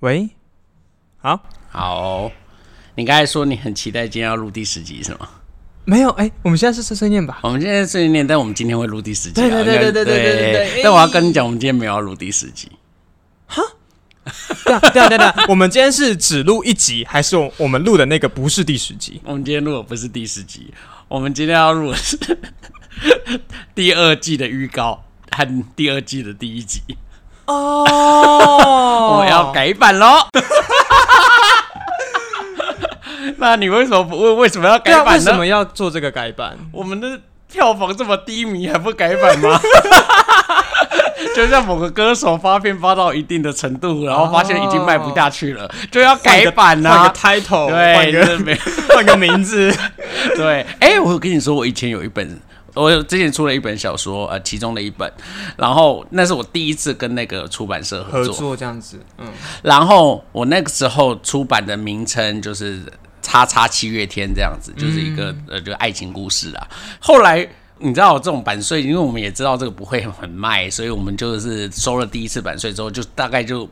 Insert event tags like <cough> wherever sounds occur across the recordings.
喂，好，好，你刚才说你很期待今天要录第十集是吗？没有，哎、我们现在是碎碎念吧？我们现在碎碎念，但我们今天会录第十集啊。对对对对对对对对哎对但我要跟你讲，我们今天没有要录第十集，对啊， <laughs> 对啊，对啊，对啊我们今天是只录一集，还是我我们录的那个不是第十集？我们今天录的不是第十集，我们今天要录的是第二季的预告和第二季的第一集，哦我要，改版喽。 <laughs> 那你为什么不问为什么要对改啊，为版什呢么？要做这个改版？我们的票房这么低迷，还不改版吗？ <laughs> 就像某个歌手发片发到一定的程度，然后发现已经卖不下去了，就要改版啊呐、换 <laughs> 个 title，换对，就个是没 <laughs> 换个名 <laughs> 字。对。哎、我跟你说，我以前有一本，我有之前出了一本小说，呃，其中的一本，然后那是我第一次跟那个出版社合作这样子，嗯，然后我那个时候出版的名称就是《叉叉七月天》这样子，就是一个、呃，就爱情故事啊。后来你知道这种版税，因为我们也知道这个不会很卖，所以我们就是收了第一次版税之后，就大概就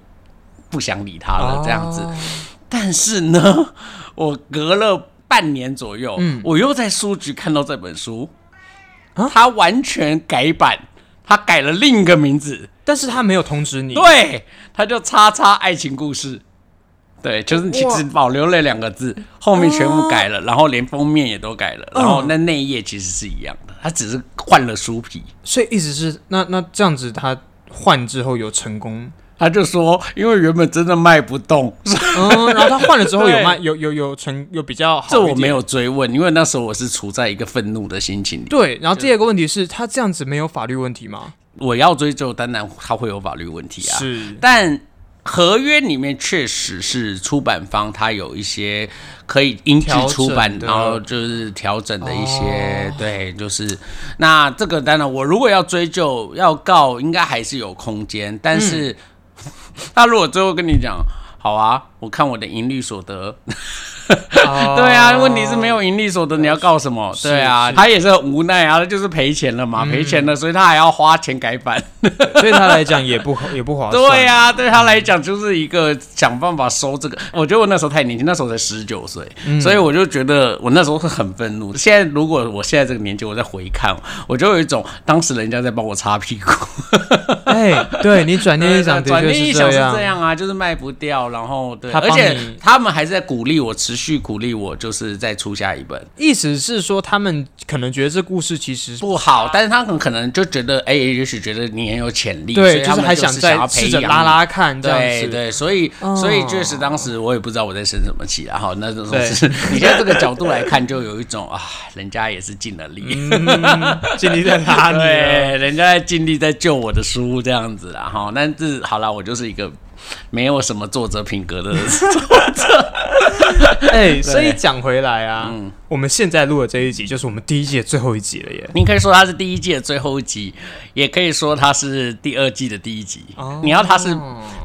不想理他了这样子。哦但是呢， <laughs> 我隔了半年左右，我又在书局看到这本书，它完全改版，它改了另一个名字。但是他没有通知你， <laughs> 对，他就叉叉爱情故事。对，就是其哇实保留了两个字，后面全部改了，然后连封面也都改了，然后那内页其实是一样的，它只是换了书皮。所以一直是那那这样子，他换之后有成功，他就说，因为原本真的卖不动， <laughs> 嗯，然后他换了之后有对卖有有有成有比较好， <laughs> 这我没。有追问，因为那时候我是处在一个愤怒的心情里。对，然后第二个问题是，他这样子没有法律问题吗？我要追究，当然他会有法律问题啊。是， <laughs> 但合约里面确实是出版方他有一些可以因制出版调整，的哦然后就是调整的一些、对，就是那这个当然我如果要追究要告，应该还是有空间，但是、嗯 <laughs> 他如果最后跟你讲。好啊，我看我的盈利所得。 <laughs> 对啊，问题是没有盈利所得，你要告什么？对哦啊，是嗯他也是很无奈啊，他就是赔钱了嘛，赔钱了，所以他还要花钱改版。对他来讲也不合也不划啊算。对呀、对他来讲就是一个想办法收这个。我觉得我那时候太年轻，那时候才十九岁，嗯所以我就觉得我那时候会很愤怒。现在如果我现在这个年纪，我再回看，我就有一种当时人家在帮我擦屁股。哎，对 <laughs> 你转念一想，的转确念一是想这是样这。样啊，就是卖不掉，然后对，他帮而你且他们还是在鼓励我，持续鼓励我，就是再出下一本。意思是说，他们可能觉得这故事其实不好，但是他很可能就觉得，哎、也许觉得你很有潜力，所对，以就他是们还想再要试培着养拉你拉看这样对子。对，所以、哦所以确实当时我也不知道我在生什么气啦，然后那种对是你现在这个角度来看，就有一种啊，人家也是尽了力，嗯 <laughs> 尽力在 <laughs> 拉你了。对，人家在尽力在救我的书这样子啦哈。但是好啦，我就是一个没有什么作者品格的人， <laughs> 哎，所以讲回来啊，嗯我们现在录的这一集就是我们第一季的最后一集了耶。你可以说它是第一季的最后一集，也可以说它是第二季的第一集。你要它是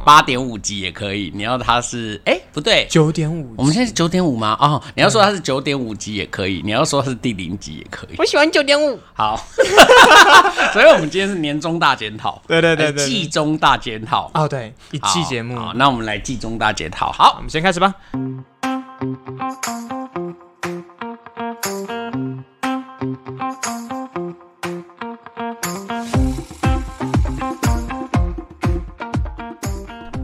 八点五集也可以，你要它是哎、不对，九点五，我们现在是九点五吗？哦，你要说它嗯是九点五级也可以，你要说它是第零级也可以。我喜欢九点五。好， <laughs> 所以我们今天是年终大检讨，对对对还是对对季中大检讨，哦，对，一好季节目，好，好那我们来季中大检讨。好，我们先开始吧。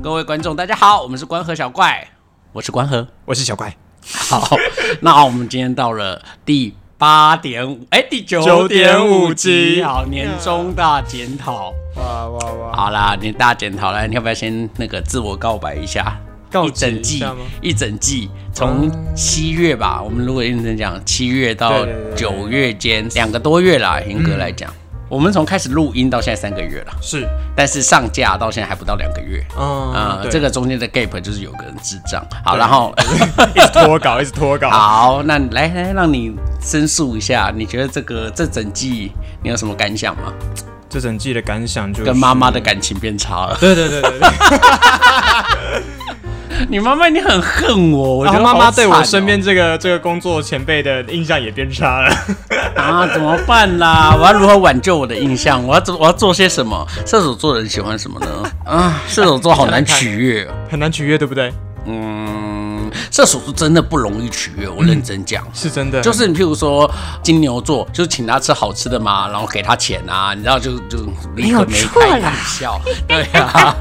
各位观众，大家好，我们是关河小怪，我是关河。我是小怪，好， <laughs> 那我们今天到了第八点五，哎，第九点五集，集好，年终大检讨。哇哇哇！好啦，你大检讨来，你要不要先那个自我告白一下？告一解整一啊季下吗，一整季，从七月吧，我们如果认真讲，七月到对对对九月间两个多月啦，严格来嗯讲，我们从开始录音到现在三个月了，是，但是上架到现在还不到两个月。嗯，啊、对这个中间的 gap 就是有个人智障。好，然后 <laughs> 一直拖稿，一直拖稿。好，那来来让你申诉一下，你觉得这个这整季你有什么感想吗？这整季的感想就是跟妈妈的感情变差了。对对对对对。 <laughs> 你妈妈，你很恨我，我觉然得后啊妈好妈对惨我哦身边这个这个工作前辈的印象也变差了。 <laughs> <laughs> 啊，怎么办啦？我要如何挽救我的印象？我要做，我要做些什么？射手座的人喜欢什么呢？啊，射手座好难取悦哦。很难取悦，对不对？嗯，射手座真的不容易取悦，我认真讲。是真的，就是你譬如说金牛座，就是请他吃好吃的嘛，然后给他钱啊，你知道就就立刻眉开眼笑， <laughs> 对啊，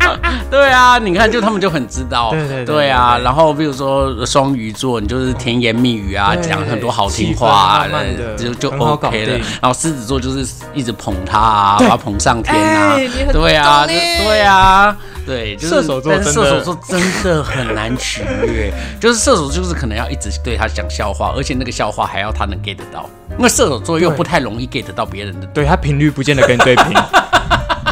对啊，你看就他们就很知道，对对对啊，然后比如说双鱼座，你就是甜言蜜语啊，对讲很多好听话啊气氛慢慢，的就就很好搞 OK 了定。然后狮子座就是一直捧他啊，把他捧上天啊哎你，很对啊，懂欸对啊。对，就是射手座但是真射的手座真的很难取悦，就是射手就是可能要一直对他讲笑话，而且那个笑话还要他能 get 得到，因为射手座又对不太容易 get 得到别人的。对他频率不见得跟你对 <laughs> 频。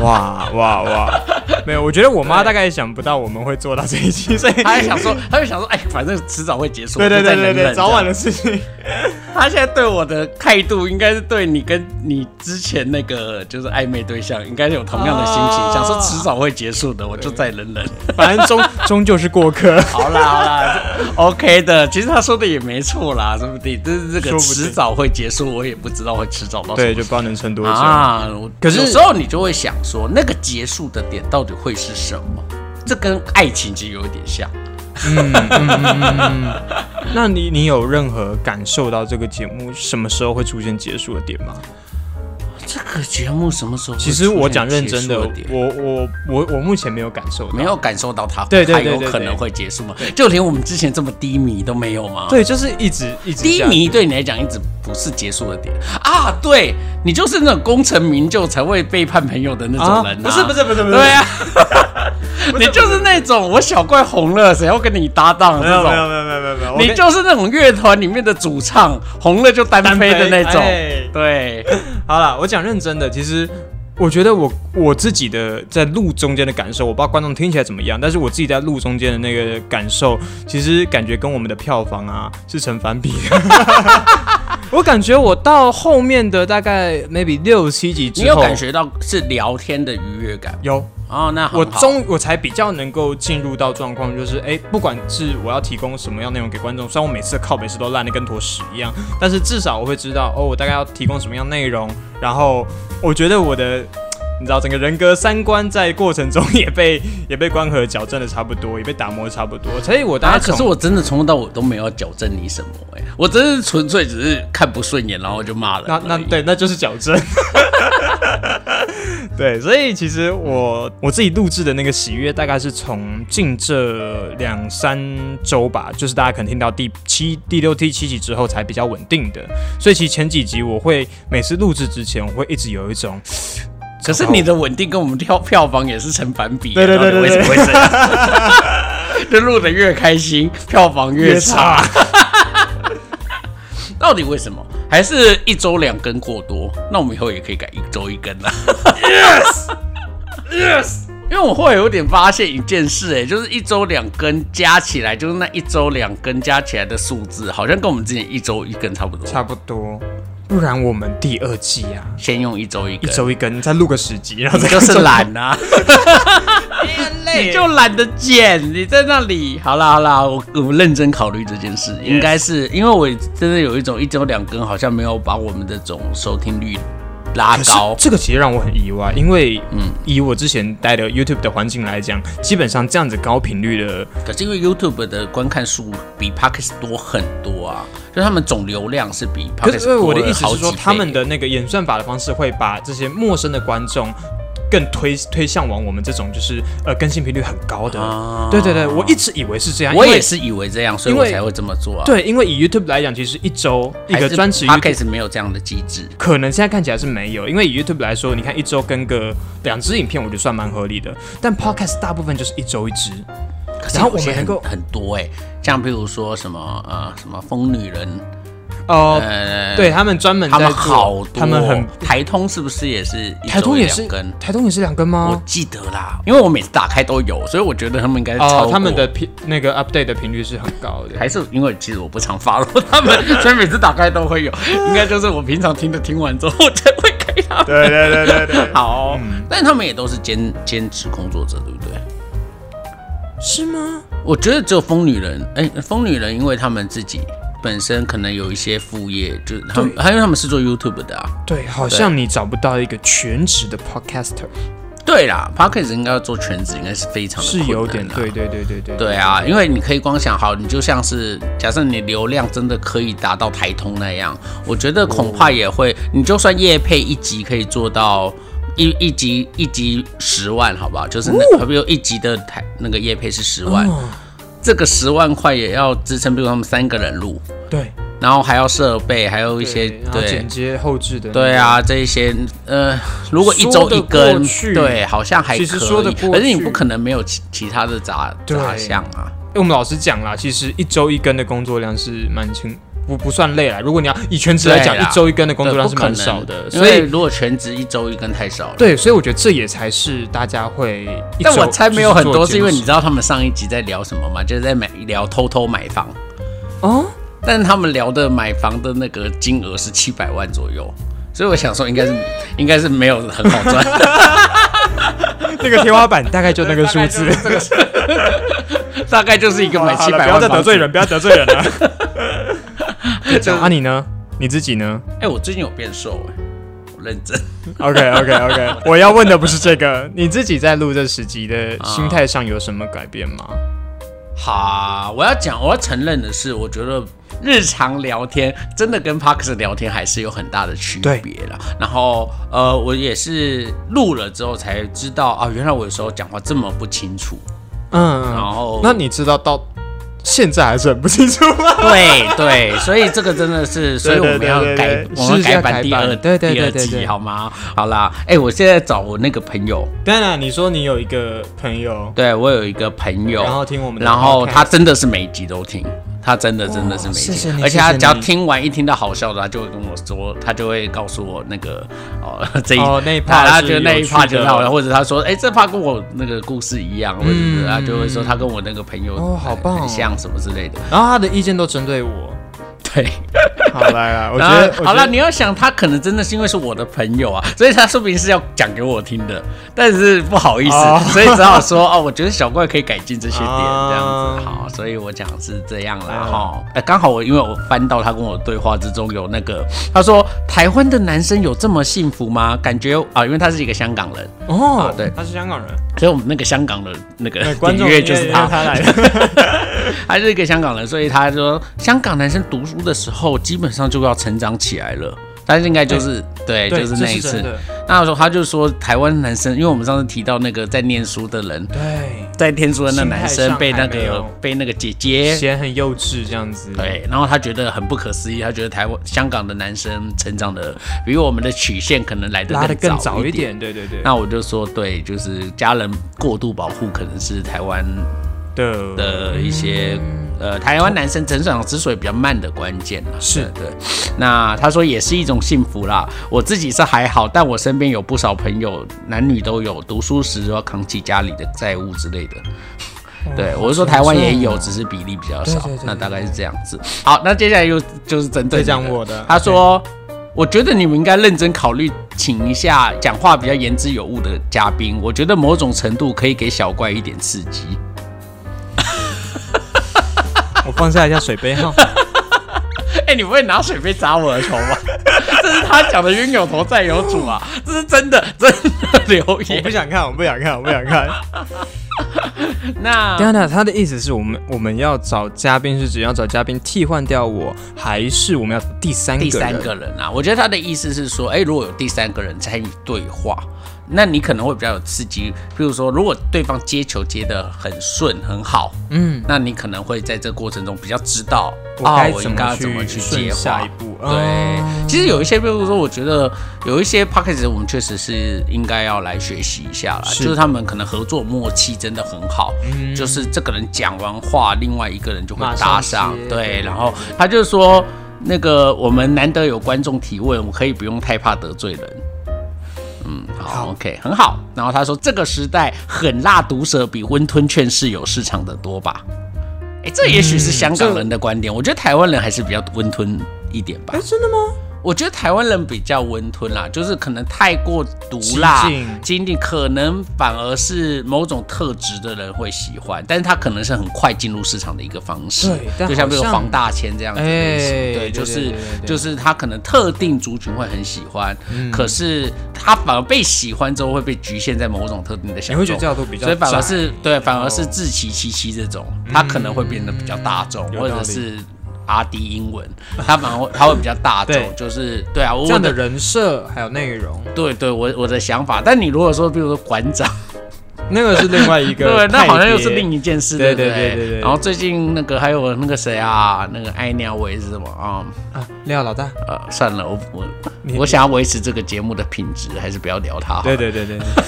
哇哇哇！没有，我觉得我妈大概也想不到我们会做到这一期，所以他还想说，他就想说，哎，反正迟早会结束，对 <laughs> 对我就再对对忍忍对，早晚的这事样。情。 <laughs> 他现在对我的态度，应该是对你跟你之前那个就是暧昧对象，应该有同样的心情，啊想说迟早会结束的，我就再忍忍。反正终终究是过客。好啦好啦这，OK <laughs> 的。其实他说的也没错啦，说不定就是这个说不定迟早会结束，我也不知道会迟早到什对，么就不知道能撑多久。啊，我可是有时候你就会想说，那个结束的点到底会是什么？这跟爱情其实有一点像。那你你有任何感受到这个节目什么时候会出现结束的点吗？这个节目什么时候会其出实现结束点？我讲认真的，我我我我目前没有感受到没。有感受到它对对还对有对可对能会结束吗？就连我们之前这么低迷都没有吗？对，就是一直一直这低样迷对你来讲一直不是结束的点啊，对你就是那种功成名就才会背叛朋友的那种人、啊不是不是不是不是，对啊， <laughs> 你就是那种我小怪红了，谁要跟你搭档没这有种没？有没有没有没有没有，我跟你就是那种乐团里面的主唱，红了就单飞的那种。单飞哎 <laughs> 对，好了，我讲认真的，其实我觉得我我自己的在录中间的感受，我不知道观众听起来怎么样，但是我自己在录中间的那个感受，其实感觉跟我们的票房啊是成反比的。 <laughs> 我感觉我到后面的大概 maybe 六七集之你后，有感觉到是聊天的愉悦感吗有哦，那很我好终我才比较能够进入到状况，就是哎，不管是我要提供什么样内容给观众，虽然我每次的靠北是都烂的跟坨屎一样，但是至少我会知道哦，我大概要提供什么样内容，然后我觉得我的。你知道整个人格三观在过程中也被也被关和矫正的差不多，也被打磨得差不多，所以我大啊！概可从、是我真的从头到尾都没有矫正你什么哎、我真是纯粹只是看不顺眼，然后就骂人而那已。那对，那就是矫正。 <laughs> 对，所以其实嗯我我自己录制的那个喜悦，大概是从近这两三周吧，就是大家可能听到第七、第六、第七集之后才比较稳定的。所以其实前几集我会每次录制之前，我会一直有一种可是你的稳定跟我们票 <laughs> 票房也是成反比、对对对对到底为什么会这样？ <laughs> 就录的越开心，票房越差，。到底为什么？还是一周两更过多？那我们以后也可以改一周一更啊。 yes，因为我后来有点发现一件事、哎，就是一周两根加起来，就是那一周两根加起来的数字，好像跟我们之前一周一根差不多。差不多。不然我们第二季啊，先用一周一一根，周一根，再录个十集，然后 <laughs> 你再就是懒 <laughs> 啊，哎你就懒得剪，你在那里。好啦好啦，我我认真考虑这件事，应该是因为我真的有一种一周两根，好像没有把我们的总收听率拉可是高。嗯这个其实让我很意外，因为以我之前待的 YouTube 的环境来讲，基本上这样子高频率的，可是因为 YouTube 的观看数比 Podcast 多很多啊，就他们总流量是比可是 Podcast 因为多我的了意思好是说，几他倍们的那个演算法的方式会把这些陌生的观众。更推推向往我们这种就是呃更新频率很高的，啊对对对，我一直以为是这样，我因为也是以为这样，所以因我为才会这么做啊。，对，因为以 YouTube 来讲，其实一周一个专职 p o YouTube d c a s 没有这样的机制。可能现在看起来是没有，因为以 YouTube 来说，你看一周更个两支影片，我觉得算蛮合理的，但 Podcast 大部分就是一周一支，可是然后我有些们能够很很多哎、像比如说什么呃什么疯女人，哦、呃，对他们专门他在们做好多，他们很台通是不是也是一台周东一也两是啊根？台东也是两根我吗？记得啦，因为我每次打开都有，所以我觉得他们应该哦超过，他们的频那个 update 的频率是很高的。还 <laughs> 是因为其实我不常发落他们，所以每次打开都会有。 <laughs> 应该就是我平常听的，听完之后我才会给他们。对对 <laughs> 嗯对对对，好，但他们也都是兼兼职工作者，对不对？是吗？我觉得只有疯女人，哎、疯女人，因为他们自己本身可能有一些副业，就是他们，还有他们是做 YouTube 的啊。对，好像你找不到一个全职的 podcaster，对啦 p a c k a g e 应该要做全职，应该是非常的是有困点难啊对对对对对对啊，因为你可以光想好，你就像是假设你流量真的可以达到台通那样，我觉得恐怕也会，你就算夜配一集可以做到一一集一集十万，好不好？就是那个，比如一集的台那个夜配是十万，哦这个十万块也要支撑，比如他们三个人录，对，然后还要设备，还有一一些然后剪接后置的，对，啊，这一些呃，如果一周一说得根过去，对，好像还可以。其实说得过去可是你不可能没有其其他的杂对杂项啊。因为我们老实讲啦，其实一周一根的工作量是蛮轻，不不算累啦。如果你要以全职来讲，对一啦周一根的工作对量不是可蛮能少的，因所为以如果全职一周一根太少了。，对，所以我觉得这也才是大家会一周。但我猜没有很多，是因为你知道道他们上一集在聊什么吗？就是在买聊偷偷买房，哦，但他们聊的买房的那个金额是七百万左右，所以我想说应该是应该是没有很好赚。那个天花板大概就 <laughs> 那个数 <laughs> 字。 <laughs> 大概就是这个 <laughs> 大概就是一个买七百万，不要再得罪人，。不要得罪人了。 <laughs> 啊，你呢？你自己 <laughs> 呢哎、我最近有变瘦哎、我认真。 ？OK OK OK，我要问的不是这个， <laughs> 你自己在录这十集的啊心态上有什么改变吗？好，我要讲，我要承认的是，我觉得日常聊天真的跟 Parks 聊天还是有很大的区别啦。然后，呃，我也是录了之后才知道啊，原来我有时候讲话这么不清楚。然嗯，后， <laughs> 那你知道到现在还是很不清楚 <laughs> 吗？对对，所以这个真的是，所以我们要对对对改对，我们是要改改版版第二对对对第二对对季好吗？好啦，哎，我现在找我那个朋友，当然，你说你有一个朋友，对我有一个朋友，然后听我们的 podcast，然后他真的是每集都听，他真的真的是每谢谢集你，而且他谢谢只要你听完一听到好笑的，他就会跟我说，他就会告诉我那个哦 <laughs> 这一哦那一他 part 他是觉得那一有趣 part 觉得的好笑，或者他说哎这 part 跟我那个故事一样，或者是他就会说他跟我那个朋友嗯哦好棒哦很像什么之类的， <laughs> 然后他的意见都针对我。对。好来来，我觉然得后好了，你要想他可能真的是因为是我的朋友啊， <laughs> 所以他说明是要讲给我听的，但是不好意思，哦所以只好说哦，我觉得小怪可以改进这些点，啊这样子好，所以我讲是这样啦哈。哎、刚好我因为我翻到他跟我对话之中有那个，他说台湾的男生有这么幸福吗？感觉啊，因为他是一个香港人，哦啊，对他是香港人，所以我们那个香港的那个对 <laughs> 观众点阅就因是为他来的， <laughs> 他是一个香港人，所以他说香港男生读书的时候基本上就要成长起来了。但是应该就是对，对就是这那是一次真的。那时候他就说台湾男生，因为我们上次提到那个在念书的人，对，在念书的那心男态生上被那还没个有被那个姐姐显然很幼稚这样子。对，然后他觉得很不可思议，他觉得台湾香港的男生成长的比我们的曲线可能来得拉得更早早一点。点，对对对。那我就说，对，就是家人过度保护，可能是台湾的的一些嗯呃，台湾男生成长之所以比较慢的关键啦。是对对。那他说也是一种幸福啦。我自己是还好，但我身边有不少朋友，男女都有，读书时要扛起家里的债务之类的。哦对，我是说台湾也有，只是比例比较少。对对对那大概是这样子。好，那接下来又就是针对在讲你的我的他说。我觉得你们应该认真考虑，请一下讲话比较言之有物的嘉宾。我觉得某种程度可以给小怪一点刺激。我放下一下水 <laughs> 杯哈。哎、你不会拿水杯砸我的头吗？ <laughs> 这是他讲的冤有头债有主啊，这是真的真的留我不言。想看，我不想看，我不想 <laughs> 看。那当然，他的意思是我们我们要找嘉宾是只要找嘉宾替换掉我，还是我们要第三个第人？三个人啊，我觉得他的意思是说，哎、如果有第三个人参与对话，那你可能会比较有刺激。比如说，如果对方接球接的很顺很好，嗯，那你可能会在这过程中比较知道我啊该，我怎应该么要怎么去去顺接下话一。步？哦对，其实有一些，比如说，我觉得有一些 p a c k a g e 我们确实是应该要来学习一下啦。是嗯就是他们可能合作默契真的很好，就是这个人讲完话，另外一个人就会马上搭接上，对对对，然后他就说。那个，我们难得有观众提问，我可以不用太怕得罪人。嗯，好 o k 很好。然后他说，这个时代狠辣毒舌比温吞劝世有市场的多吧？嗯哎，这也许是香港人的观点，我觉得台湾人还是比较温吞一点吧哎，。真的吗？我觉得台湾人比较温吞啦，就是可能太过毒激辣进、精进，可能反而是某种特质的人会喜欢，但是他可能是很快进入市场的一个方式对但，就像那个好像黄大千这样子类型，哎对，对就对是对对嗯就是他可能特定族群会很喜欢，可是他反而被喜欢之后会被局限在某种特定的小你众，会觉得这样都比较窄，所以反而是对，反而是哦自欺欺欺这种，他可能会变得比较大众，有或道者理是阿迪英文，他反而会他会比较大众对，就是对啊，我这样的我人设还有内容， <laughs> 对对，我我的想法。但你如果说，比如说馆长，那个是另外一 <laughs> 个对派，别，那好像又是另一件事，对不对对对对然后最近那个还有那个谁啊，那个艾鸟维是什么啊？啊，廖老大，呃，算了，我我你我想要维持这个节目的品质，还是不要聊他好了。哎对对对对，对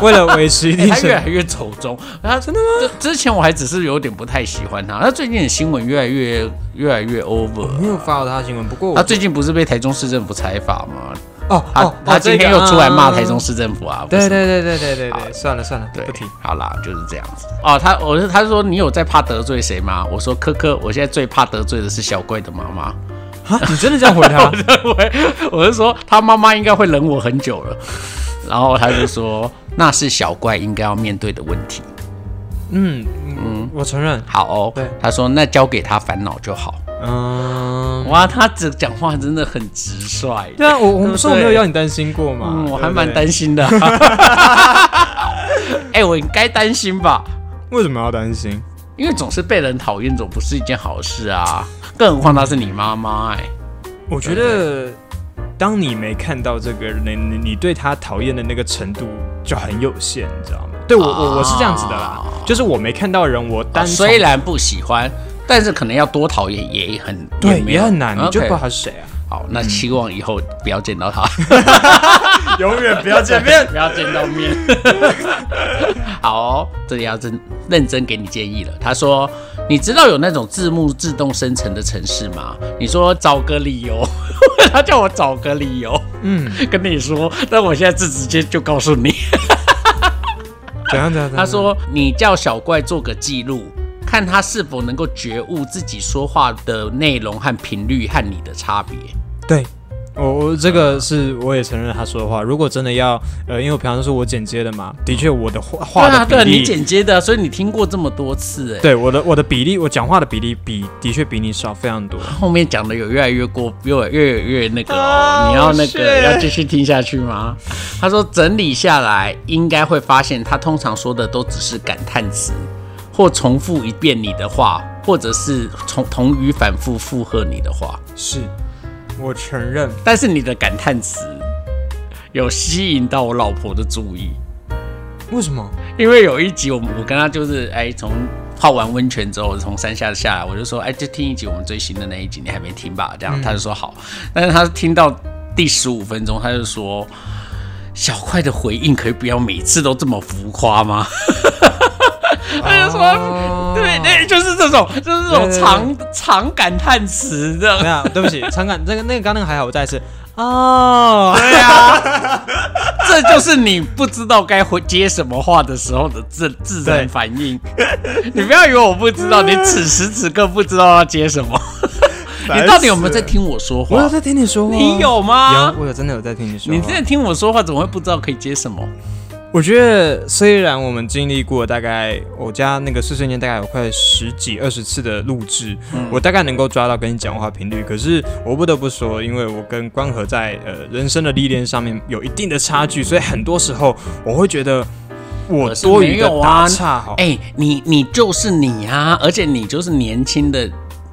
为了维持一定 <laughs> 他越程来度，越走中，他真的吗？之前我还只是有点不太喜欢他，他最近的新闻越来越越来越 over 没。有发到他的新闻，不过我他最近不是被台中市政府采访吗？哦啊他、哦，他哦今这天个又出来骂嗯台中市政府啊！不对是对对对对对对，算了算了，对不提。，好啦，就是这样子。哦，他我是他说你有在怕得罪谁吗？我说科科，我现在最怕得罪的是小贵的妈妈。 <laughs> 啊，你真的这样回他？ <laughs> 我我是说他妈妈应该会忍我很久了。然后他就说那是小怪应该要面对的问题。嗯嗯，我承认。好哦对，他说那交给他烦恼就好。嗯，哇，他这讲话真的很直率。对啊，我我不是我没有对要你担心过嘛嗯，，我还对不蛮对。担心的。 <laughs> 哎、我应该担心吧，为什么要担心？因为总是被人讨厌，总不是一件好事啊。更何况她是你妈妈、哎，我觉得，当你没看到这个人，你你你对他讨厌的那个程度就很有限，你知道吗？对我我啊我是这样子的啦，就是我没看到人，我单从虽然不喜欢，但是可能要多讨厌也很对没也有很难，你就不知道 OK 他是谁 <laughs> 啊，好，那希望以后不要见到他，永远 <laughs> 不要见面。 <laughs> 不要见到面。好哦、这里要真认真给你建议了。他说：“你知道有那种字幕自动生成的城市吗？”你说找个理由， <laughs> 他叫我找个理由。嗯，跟你说，但我现在是直接就告诉你。 <laughs> 怎样怎样？怎样他说：“你叫小怪做个记录，看他是否能够觉悟自己说话的内容和频率和你的差别。”对。我我这个是我也承认他说的话。如果真的要，呃，因为我平常都是我剪接的嘛，的确我的话话对的啊，比对啊，例，你剪接的，所以你听过这么多次哎、对我的我的比例，我讲话的比例比的确比你少非常多。后面讲的有越来越过，越来越越越那个、哦，啊你要那个是要继续听下去吗？他说整理下来，应该会发现他通常说的都只是感叹词，或重复一遍你的话，或者是从同语反复附和你的话。 <laughs> 是，我承认。但是你的感叹词有吸引到我老婆的注意，为什么？因为有一集我们我跟他就是哎从。泡完温泉之后，从山下下来，我就说，哎，就听一集我们最新的那一集，你还没听吧？这样，他就说好。嗯但是他听到第十五分钟，他就说，小块的回应可以不要每次都这么浮 <laughs> 夸吗？他就说，哦对对，就是这种，就是这种对对对长长感叹词这 <laughs> 样没。有，对不起，长感那个那个刚刚那个还好，我再一次。哦，对啊， <laughs> 这就是你不知道该回接什么话的时候的自自然反应。你不要以为我不知道，你此时此刻不知道要接什 <laughs> 么。你到底有没有在听我说 <laughs> 我有话？在听你说话，啊你有吗有，？我有真的有在听你说话。你真的听我说话，怎么会不知道可以接什么？我觉得虽然我们经历过大概我家那个碎碎念大概有快十几二十次的录制，嗯我大概能够抓到跟你讲话频率。可是我不得不说，因为我跟光和在呃人生的历练上面有一定的差距，所以很多时候我会觉得我可是多余的没有啊打岔好。哎、你你就是你啊，而且你就是年轻的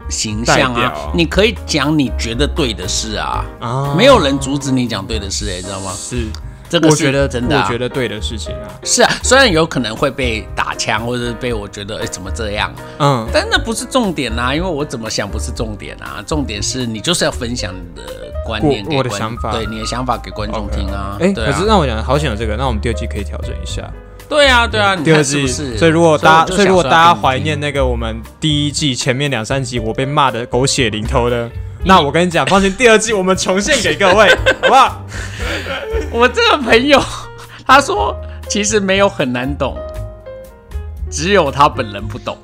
形象代表啊，啊你可以讲你觉得对的事啊，啊没有人阻止你讲对的事、哎，知道吗？是，这个我是觉得真的啊、我觉得对的事情啊，是啊，虽然有可能会被打枪，或者是被我觉得哎、怎么这样，嗯，但那不是重点啊，因为我怎么想不是重点啊，重点是你就是要分享你的观念我给我的观想法对你的想法给观众听啊。哎、对可是啊，让我讲，好想有这个，那我们第二季可以调整一下。对啊，对啊，你第二看是季，不是？所以如果大家，我就所以如果想大说嗯家要给你怀念那个我们第一季前面两三集我被骂的狗血淋头的，那我跟你讲，放心，第二季我们重现给各 <laughs> 位，好不好？听，我这个朋友 <laughs> 他说其实没有很难懂，只有他本人不懂。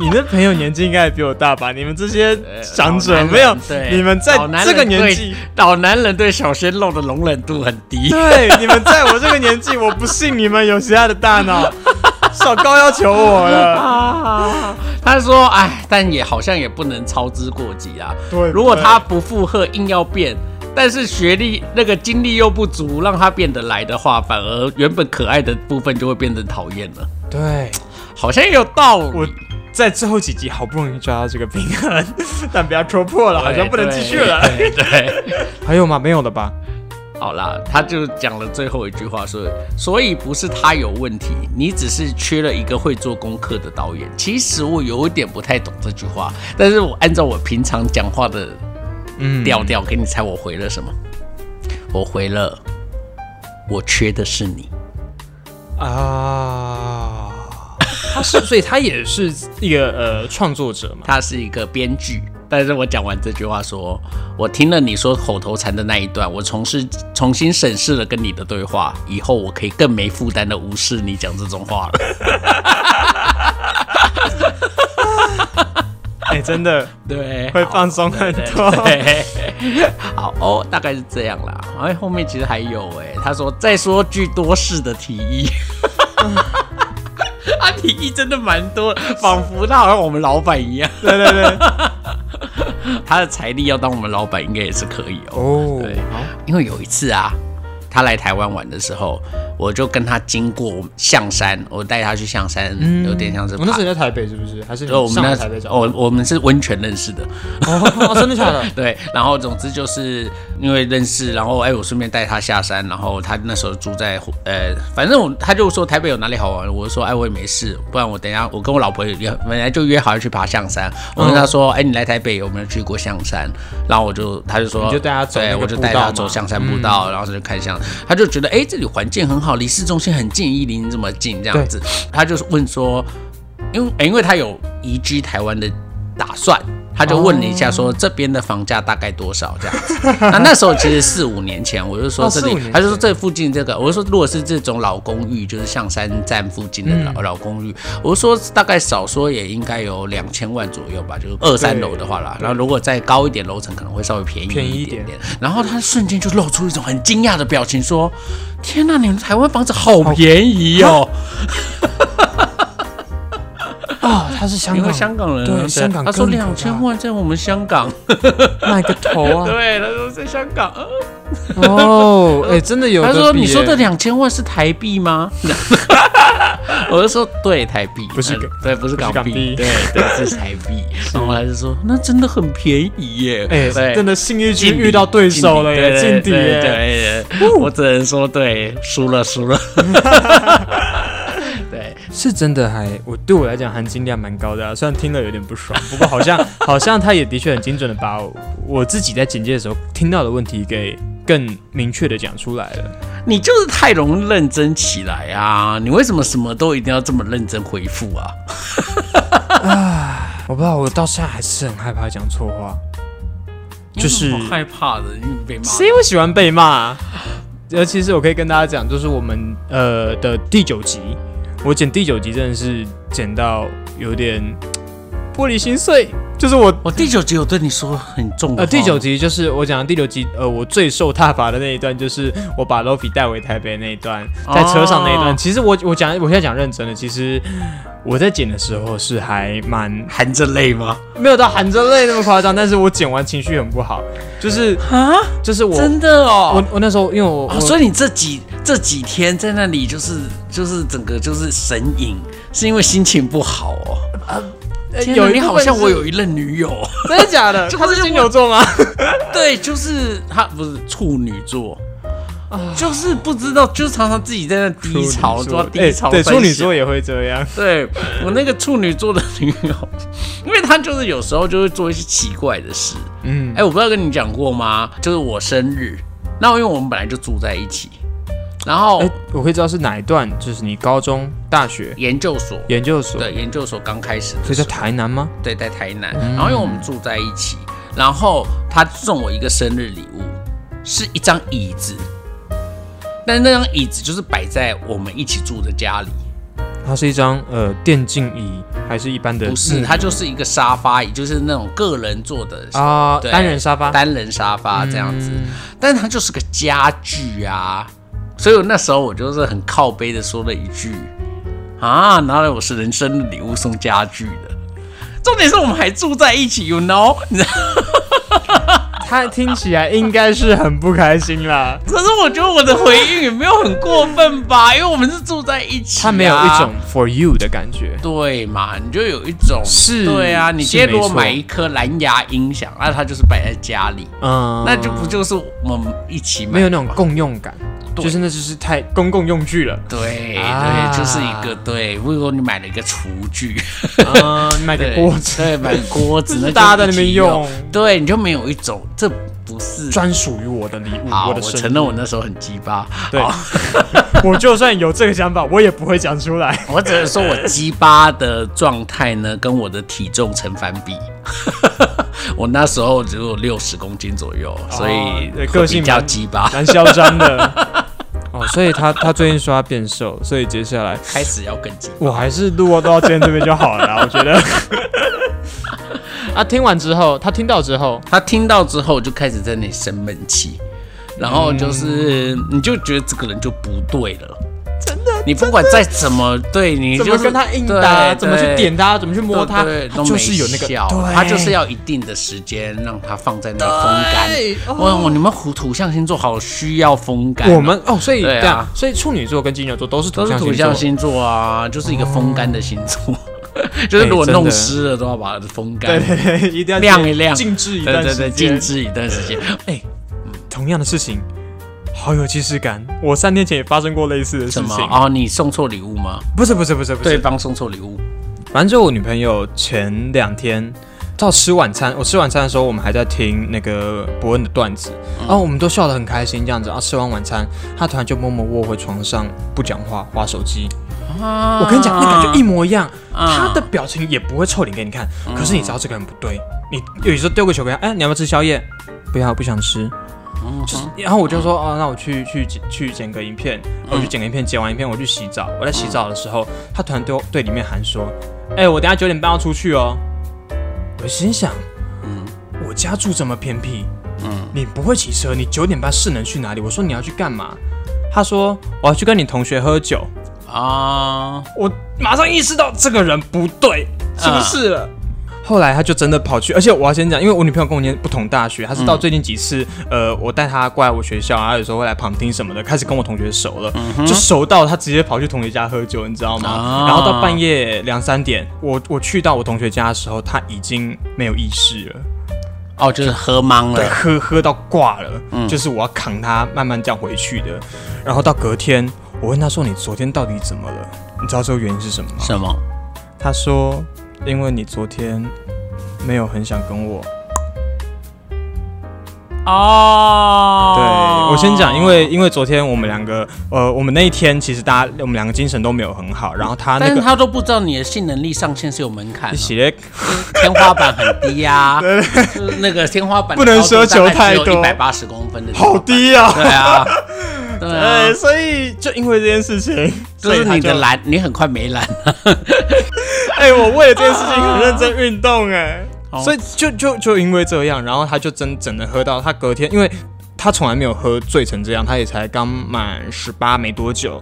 你的朋友年纪应该也比我大吧？你们这些长哎老者男人没有对，你们在老男人这个年对纪，老男人对小鲜肉的容忍度很低。对，你们在我这个年纪，我不信你们有其他的大 <laughs> 脑，少高要求我了。啊，他说，哎，但也好像也不能操之过急啊。对如果他不附和，硬要变，但是学历那个经历又不足，让他变得来的话，反而原本可爱的部分就会变得讨厌了。对好像也有道我理。在最后几集好不容易抓到这个平衡，但不要戳破了，好像不能继续了。哎对对对还有吗？没有了吧？好啦，他就讲了最后一句话说，所以不是他有问题，你只是缺了一个会做功课的导演。其实我有一点不太懂这句话，但是我按照我平常讲话的嗯，调调，给你猜我回了什么？我回了，我缺的是你。啊。他是，所以他也是一个呃创作者嘛。他是一个编剧。但是我讲完这句话说，我听了你说口头禅的那一段，我重视重新审视了跟你的对话，以后我可以更没负担的无视你讲这种话了。 <laughs> 哎、真的对，会放松很多。对， <laughs> 好哦，大概是这样啦。哎，后面其实还有哎、他说再说句多事的提议。 <laughs> 他提议真的蛮多，仿佛他好像我们老板一样。 <laughs> 对对对。他的财力要当我们老板，应该也是可以哦哦。对，因为有一次啊，他来台湾玩的时候，我就跟他经过象山，我带他去象山，有点像是嗯我那时爬候也在台北，是不是？还是你哦就我们上那了台北找我？我我们是温泉认识的，哦，真的假的？ <laughs> 对，然后总之就是因为认识，然后哎，我顺便带他下山，然后他那时候住在呃，反正我他就说台北有哪里好玩，我就说哎，我也没事，不然我等一下我跟我老婆也约，本来就约好要去爬象山，我嗯跟他说哎，你来台北有没有去过象山？然后我就他就说你就带他走那对，个我就步带道他嘛嗯走象山步道，然后他就看象，他就觉得哎，这里环境很好，离市中心很近，一零这么近这样对子，他就问说，因为、哎因为他有移居台湾的打算，他就问了一下说、这边的房价大概多少这样子。 <laughs> 那那时候其实四五年前，我就说哦这四里，五年他就说这附近这个，我就说如果是这种老公寓，就是象山站附近的老、嗯老公寓，我就说大概少说也应该有两千万左右吧，就是二三楼的话啦。然后如果再高一点楼层，可能会稍微便宜便宜一一点点点。然后他瞬间就露出一种很惊讶的表情，说：“天哪、你们台湾房子好便宜哦！”啊，他是香因为港，香港人啊，对啊香港他说更两可千怕万在我们香港，卖个头 <laughs> 啊！对，他说在香港，呃哦，哎、真的有他的比耶。说你说的两千万是台币 <laughs> 吗？我就说对，台币不是嗯港对，不是不是港港币，币对对是台 <laughs> 币。然后他就说那真的很便宜耶，哎、对真的信义区遇到对手了耶，劲劲敌敌对耶！对对对我只能说对，输了输了。对，是真的还我对我来讲含金量蛮高的啊，虽然听了有点不爽，不过好像 <laughs> 好像他也的确很精准的把我我自己在简介的时候听到的问题给更明确的讲出来了。你就是太容易认真起来啊！你为什么什么都一定要这么认真回复啊？我不知道，我到现在还是很害怕讲错话，就是你有什么好害怕的，你被骂。 <laughs> 谁会喜欢被骂、啊？尤其是我可以跟大家讲，就是我们呃的第九集，我剪第九集真的是剪到有点玻璃心碎，就是我我哦第九集有对你说很重的呃，话第九集就是我讲的第六集，呃，我最受挞伐的那一段，就是我把 Lofi 带回台北那一段，在车上那一段。哦其实我我讲，我现在讲认真的，其实我在剪的时候是还蛮含着泪吗？没有到含着泪那么夸张，但是我剪完情绪很不好，就是啊，就是我真的哦我。我那时候因为我、哦我所以你这几这几天在那里就是就是整个就是神隐，是因为心情不好哦。呃天哪，一你部分好像我是有一任女友， <laughs> 真的假 <laughs> 的？就是他是金牛座吗？对，就是她不是处女座。啊就是不知道，就是常常自己在那 <laughs> 低潮，抓低潮、哎对，处女座，也会这样。对我那个处女座的女友， <laughs> 因为她就是有时候就会做一些奇怪的事，嗯哎、，我不知道跟你讲过吗？就是我生日，那因为我们本来就住在一起，然后哎、我会知道是哪一段，就是你高中、大学、研究所，研究所，对，研究所刚开始所的以在嗯时候，台南吗？对，在台南，然后因为我们住在一起，然后他送我一个生日礼物，是一张椅子，但那张椅子就是摆在我们一起住的家里。它是一张呃电竞椅，还是一般的？不是，它就是一个沙发椅，就是那种个人坐的嗯啊，对单人沙发。单人沙发嗯这样子，但它就是个家具啊。所以我那时候我就是很靠背的说了一句：“啊，拿来我是人生的礼物送家具的。”重点是我们还住在一起，you know，你知 <laughs> 道？他听起来应该是很不开心 <laughs> 啦。可是我觉得我的回应也没有很过分吧，因为我们是住在一起、啊，他没有一种 for you 的感觉。对嘛，你就有一种是对啊，你是今天如果没错买一颗蓝牙音响，那、它就是摆在家里，嗯，那就不就是我们一起买没有那种吗共用感，对就是那就是太公共用具 <laughs> 了。对啊对，就是一个对。如果你买了一个厨具，嗯，你买对个锅子，对， <laughs> 买锅子，那就大家在那一边起用，对，你就没有一种这不是。专属于我的礼物，好，啊我的生承日。认我那时候很鸡巴，对， <laughs> 我就算有这个想法，我也不会讲出来。我只能说我鸡巴的状态呢，跟我的体重成反比。 <laughs> 我那时候只有六十公斤左右，所以对个性比较蛮鸡巴， <laughs> 蛮嚣张的。 <laughs> 哦，所以他他最近说他变瘦，所以接下来开始要更鸡。我还是录啊到今天这边就好了啦，我觉得。 <laughs> 啊，听完之后，他听到之后，他听到之后就开始在那里生闷气，然后就是、嗯你就觉得这个人就不对了，真的，你不管再怎么对你、就怎是，么跟他硬搭，对怎么去对点他，怎么去摸他对，对他都就没是有那个效，对他就是要一定的时间让他放在那个风对干。哇、哦你们土土象星座好需要风干哦、我们哦，所以对对啊啊，所以处女座跟金牛座都是土都是象土星象座，星座啊，就是一个风干的星座， <laughs> 就是如果哦哎真的弄湿了都要把它风干对，对对，一定要晾一晾，静置一对段对对，时静间。置一段时间。同样的事情，好有既视感。我三天前也发生过类似的事什么？情，哦，你送错礼物吗？不是不是不是不对是，方送错礼物，反正就我女朋友前两天到吃晚餐，我吃晚餐的时候，我们还在听那个伯恩的段子，然后我们都笑得很开心这样子。啊，吃完晚餐，她突然就默默窝回床上不讲话，划手机。我跟你讲，那感觉一模一样，她的表情也不会臭脸给你看，可是你知道这个人不对，你有时候丢个球给她，哎，你要不要吃宵夜？不要，不想吃。就是，然后我就说，哦，那我去去剪去剪个影片，哦我去剪个影片，剪完影片我去洗澡。我在洗澡的时候，他突然对我对里面喊说：“哎、我等下九点半要出去哦。”我心想，嗯，我家住这么偏僻，嗯，你不会骑车，你九点半是能去哪里？我说你要去干嘛？他说我要去跟你同学喝酒。啊，我马上意识到这个人不对，是不是了？后来他就真的跑去，而且我要先讲，因为我女朋友跟我念不同大学，她是到最近几次，呃，我带她过来我学校，然后有时候会来旁听什么的，开始跟我同学熟了，就熟到她直接跑去同学家喝酒，你知道吗？啊然后到半夜两三点，我我去到我同学家的时候，她已经没有意识了，哦，就是喝懵对，了，喝喝到挂了，就是我要扛她慢慢这样回去的。然后到隔天，我问她说：“你昨天到底怎么了？”你知道这个原因是什么吗？什么？他说：“因为你昨天没有很想跟我。哦，对我先讲，因为因为昨天我们两个，呃，我们那一天其实大家我们两个精神都没有很好，然后他那但是个他都不知道你的性能力上限是有门槛一的，起的天花板很 <laughs> 低呀，就是那个天花板不能奢求太多一百八十公分的，好，低啊，对啊，对 <laughs> 啊对，，所以就因为这件事情，就所以是他你的懒，你很快没懒， <laughs> <laughs> 哎、我为了这件事情很认真运动哎、哦所以就就就因为这样，然后他就真整的喝到他隔天，因为他从来没有喝醉成这样，他也才刚满十八没多久，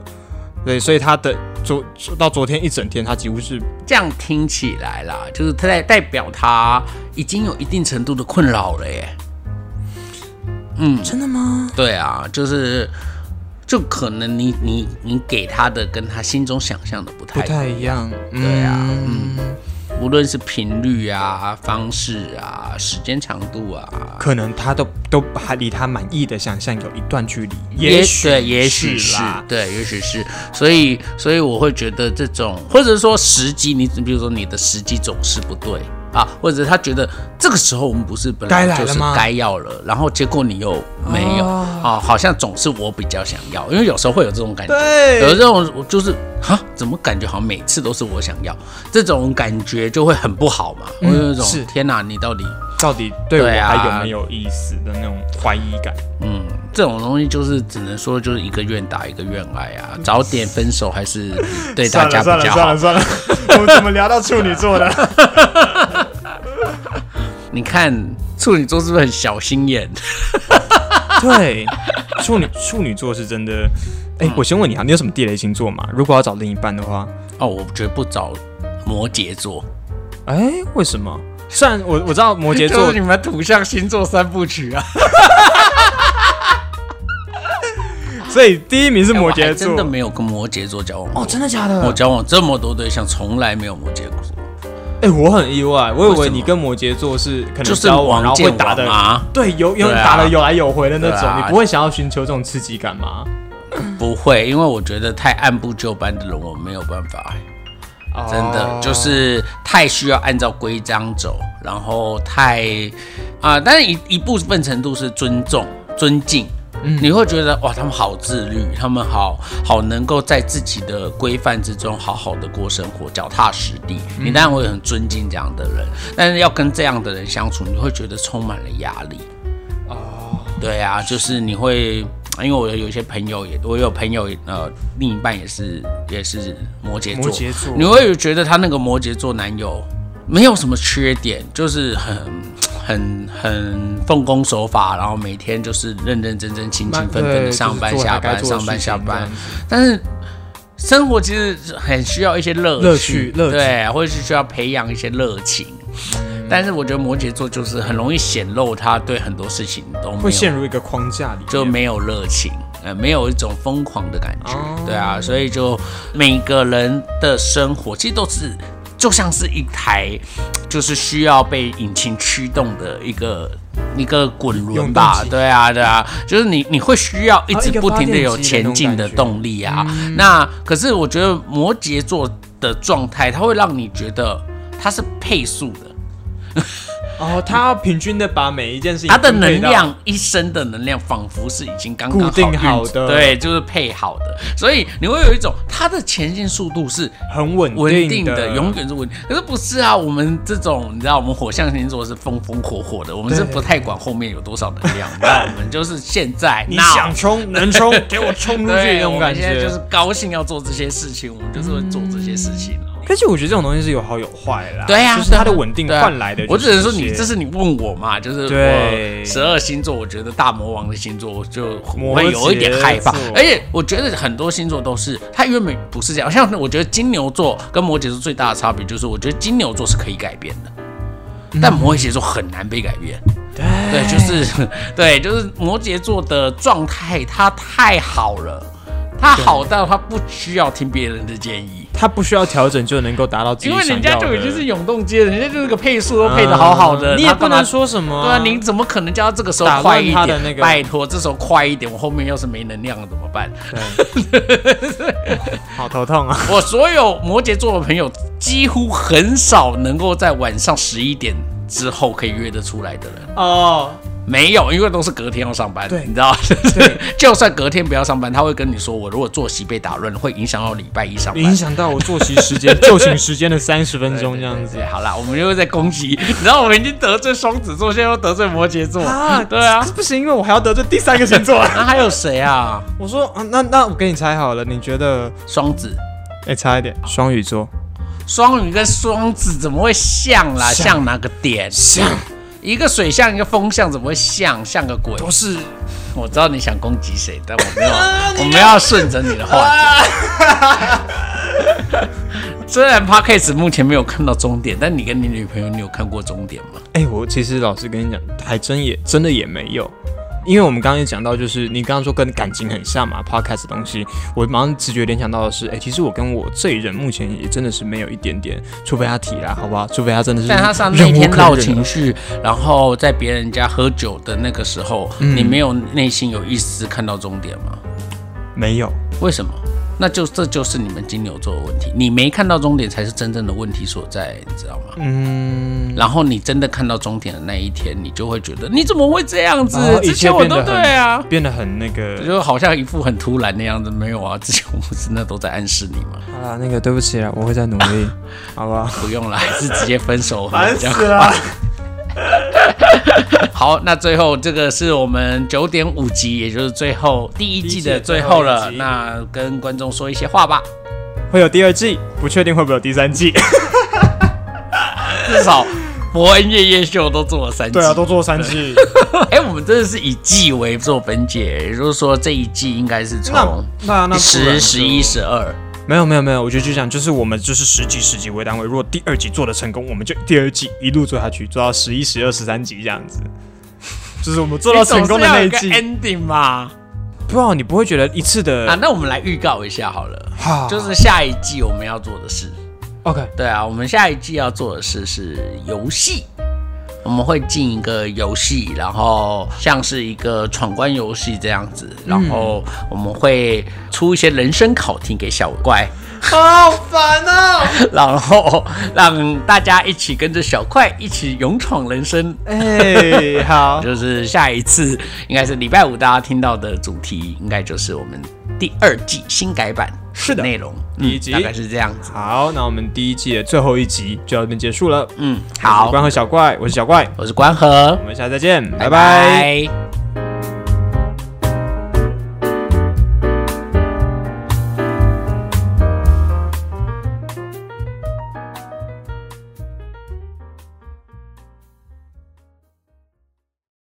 对，所以他的昨到昨天一整天，他几乎是这样听起来啦，就是他在代表他已经有一定程度的困扰了耶。真的吗？对啊，就是就可能你你你给他的跟他心中想象的不不太，太一样，对啊嗯，无论是频率啊、方式啊、时间长度啊，可能他都都还离他满意的想象有一段距离，许也对，也许是啦，，对，也许是，所以所以我会觉得这种，或者说时机，你比如说你的时机总是不对啊，或者他觉得这个时候我们不是本该来来就了是吗哦该要了，然后结果你又没有、啊，好像总是我比较想要，因为有时候会有这种感觉，对有这种我就是哈，怎么感觉好像每次都是我想要，这种感觉就会很不好嘛，我有一种嗯是天哪，你到底到底对我对啊还有没有意思的那种怀疑感。嗯，这种东西就是只能说就是一个愿打一个愿挨啊，早点分手 <laughs> 还是对大算家了嗯算了比较算好了。算了， <laughs> 我们怎么聊到处女座的？你看处女座是不是很小心眼？ <laughs> 对，处女处女座是真的。嗯哎、我先问你啊，你有什么地雷星座吗？如果要找另一半的话，哦，我绝不找摩羯座，哎、为什么？虽然我我知道摩羯 <laughs> 座你们土象星座三部曲啊。所以第一名是摩哎我羯还座，真的没有跟摩羯座交往过。哦，真的假的？我交往这么多对象，从来没有摩羯座，哎、我很意外，我以为为什么你跟摩羯座是可能就是交往，然后王会建打王的，啊，对，有有对啊打的有来有回的那种，对啊你不会想要寻求这种刺激感吗？嗯不会，因为我觉得太按部就班的人我没有办法，真的、哦就是太需要按照规章走，然后太啊、但是一一部分程度是尊重、尊敬。你会觉得哇，他们好自律，他们好好能够在自己的规范之中好好的过生活，脚踏实地。你当然会很尊敬这样的人，但是要跟这样的人相处，你会觉得充满了压力。对啊，就是你会，因为我有一些朋友也，我有朋友呃，另一半也是也是摩羯座，摩羯座你会觉得她那个摩羯座男友没有什么缺点，就是很。很很奉公守法，然后每天就是认认真真、勤勤奋奋对的上班就是做下他该班、做的上事班情下这班样子。但是生活其实很需要一些乐乐趣趣，乐趣对，啊或者是需要培养一些热情。但是我觉得摩羯座就是很容易显露他对很多事情都没会有陷入一个框架里面，就没有热情，呃，没有一种疯狂的感觉，哦对啊，所以就每个人的生活其实都是就像是一台就是需要被引擎驱动的一个。一个滚轮永动吧，机对啊，对啊，就是你你会需要一哦直一个不停的发电机有的那前种进的感觉动力啊。嗯那可是我觉得摩羯座的状态，它会让你觉得它是配速的，哦，他要平均的把每一件事情它的分配能到量一生的能量仿佛是已经刚刚固定好运的对，就是配好的，所以你会有一种它的前进速度是很稳稳定定的，永远是稳定。可是不是啊？我们这种你知道，我们火象星座是风风火火的，我们是不太管后面有多少能 <laughs> 量，那我们就是现在你 now 想冲能 <laughs> 冲，给我冲出去对那种感我们现在觉，就是高兴要做这些事情，我们就是会做这些事情。哦而且我觉得这种东西是有好有坏啦，对呀、就是它的对啊稳定对啊换来的。我只能说你这是是你问我嘛，就是对我十二星座，我觉得大魔王的星座我就摩我会有一点害怕羯座，而且我觉得很多星座都是它原本不是这样，像我觉得金牛座跟摩羯座最大的差别就是，我觉得金牛座是可以改变的。嗯但摩羯座很难被改变，对，就是对，就是摩羯座的状态，它太好了，它好到它不需要听别人的建议，它不需要调整就能够达到自己因想要为的。人家就已经是永动机了，人家就是个配速都配的好好嗯的，你也他干不嘛能。说什么。对啊，你怎么可能叫他这个时打候快乱一他点？的那个拜托，这时候快一点，我后面要是没能量了怎么办？好头痛啊！我所有摩羯座的朋友几乎很少能够在晚上十一点之后可以约得出来的人，哦，没有，因为都是隔天要上班，对你知道？ <laughs> 就算隔天不要上班，他会跟你说，我如果作息被打乱，会影响到礼拜一上班影。响到我作息时 <laughs> 间、就寝时间的三十分钟这样子对，。好啦，我们又在攻击， <laughs> 你知道我们已经得罪双子座，现在又得罪摩羯座， <laughs> 对啊，不行，因为我还要得罪第三个星座。那还有谁啊？ <laughs> 我说，啊、那那我给你猜好了，你觉得？双子，哎、差一点，双鱼座双鱼跟双子怎么会像啦？像像哪个点？像一个水象，一个风象，怎么会像？像个鬼！不是啊我知道你想攻击谁，但我没 <laughs> 有，我们要顺着你的话题。 <laughs> 虽然 podcast 目前没有看到终点，但你跟你女朋友，你有看过终点吗？哎、我其实老实跟你讲，还真也真的也没有，因为我们刚刚也讲到，就是你刚刚说跟感情很像嘛，podcast 的东西，我马上直觉联想到的是，哎、其实我跟我这一人目前也真的是没有一点点，除非他提啦，好不好？除非他真的是忍嗯无可忍了，但他上那天闹情绪，然后在别人家喝酒的那个时候，嗯你没有内心有一丝看到终点吗？没有，为什么？那就这就是你们金牛座的问题，你没看到终点才是真正的问题所在，你知道吗？嗯，然后你真的看到终点的那一天，你就会觉得你怎么会这样子？哦一之切前我变都得对很啊，变得很那个，就好像一副很突然的样子。没有啊，之前我们真的都在暗示你嘛，好啦，那个对不起啦，我会再努 <laughs> 力，好不好？不用了，还是直接分手烦比较死了！ <laughs> 好，那最后这个是我们九点五集，也就是最后第一季的最后第了。一季的最那跟观众说一些话吧，会有第二季，不确定会不会有第三季。至少伯恩夜夜秀都做了三季。对啊，都做三季。 <laughs> 哎、我们真的是以季为做分解，也就是说这一季应该是 <laughs> 那从那那不然十、就十一、十二。没有没有没有，我觉得就这样，就是我们就是十集十集为单位，如果第二集做的成功，我们就第二季一路做下去，做到十一、十二、十三集这样子。就是我们做到成功的那一你总是季要，有个 ending 嘛。不然你不会觉得一次的啊，那我们来预告一下好了，好就是下一季我们要做的事。 OK 对啊，我们下一季要做的事是游戏，我们会进一个游戏，然后像是一个闯关游戏这样子，然嗯后我们会出一些人生考题给小怪， <laughs> 好烦哦、然后让大家一起跟着小怪一起勇闯人生。哎， <laughs> 好，就是下一次应该是礼拜五大家听到的主题，应该就是我们第二季新改版是的内容，嗯以及大概是这样子。好，那我们第一季的最后一集就到这边结束了。嗯，我是好，关和小怪，我是小怪，我是关河，我们下次再见，拜拜拜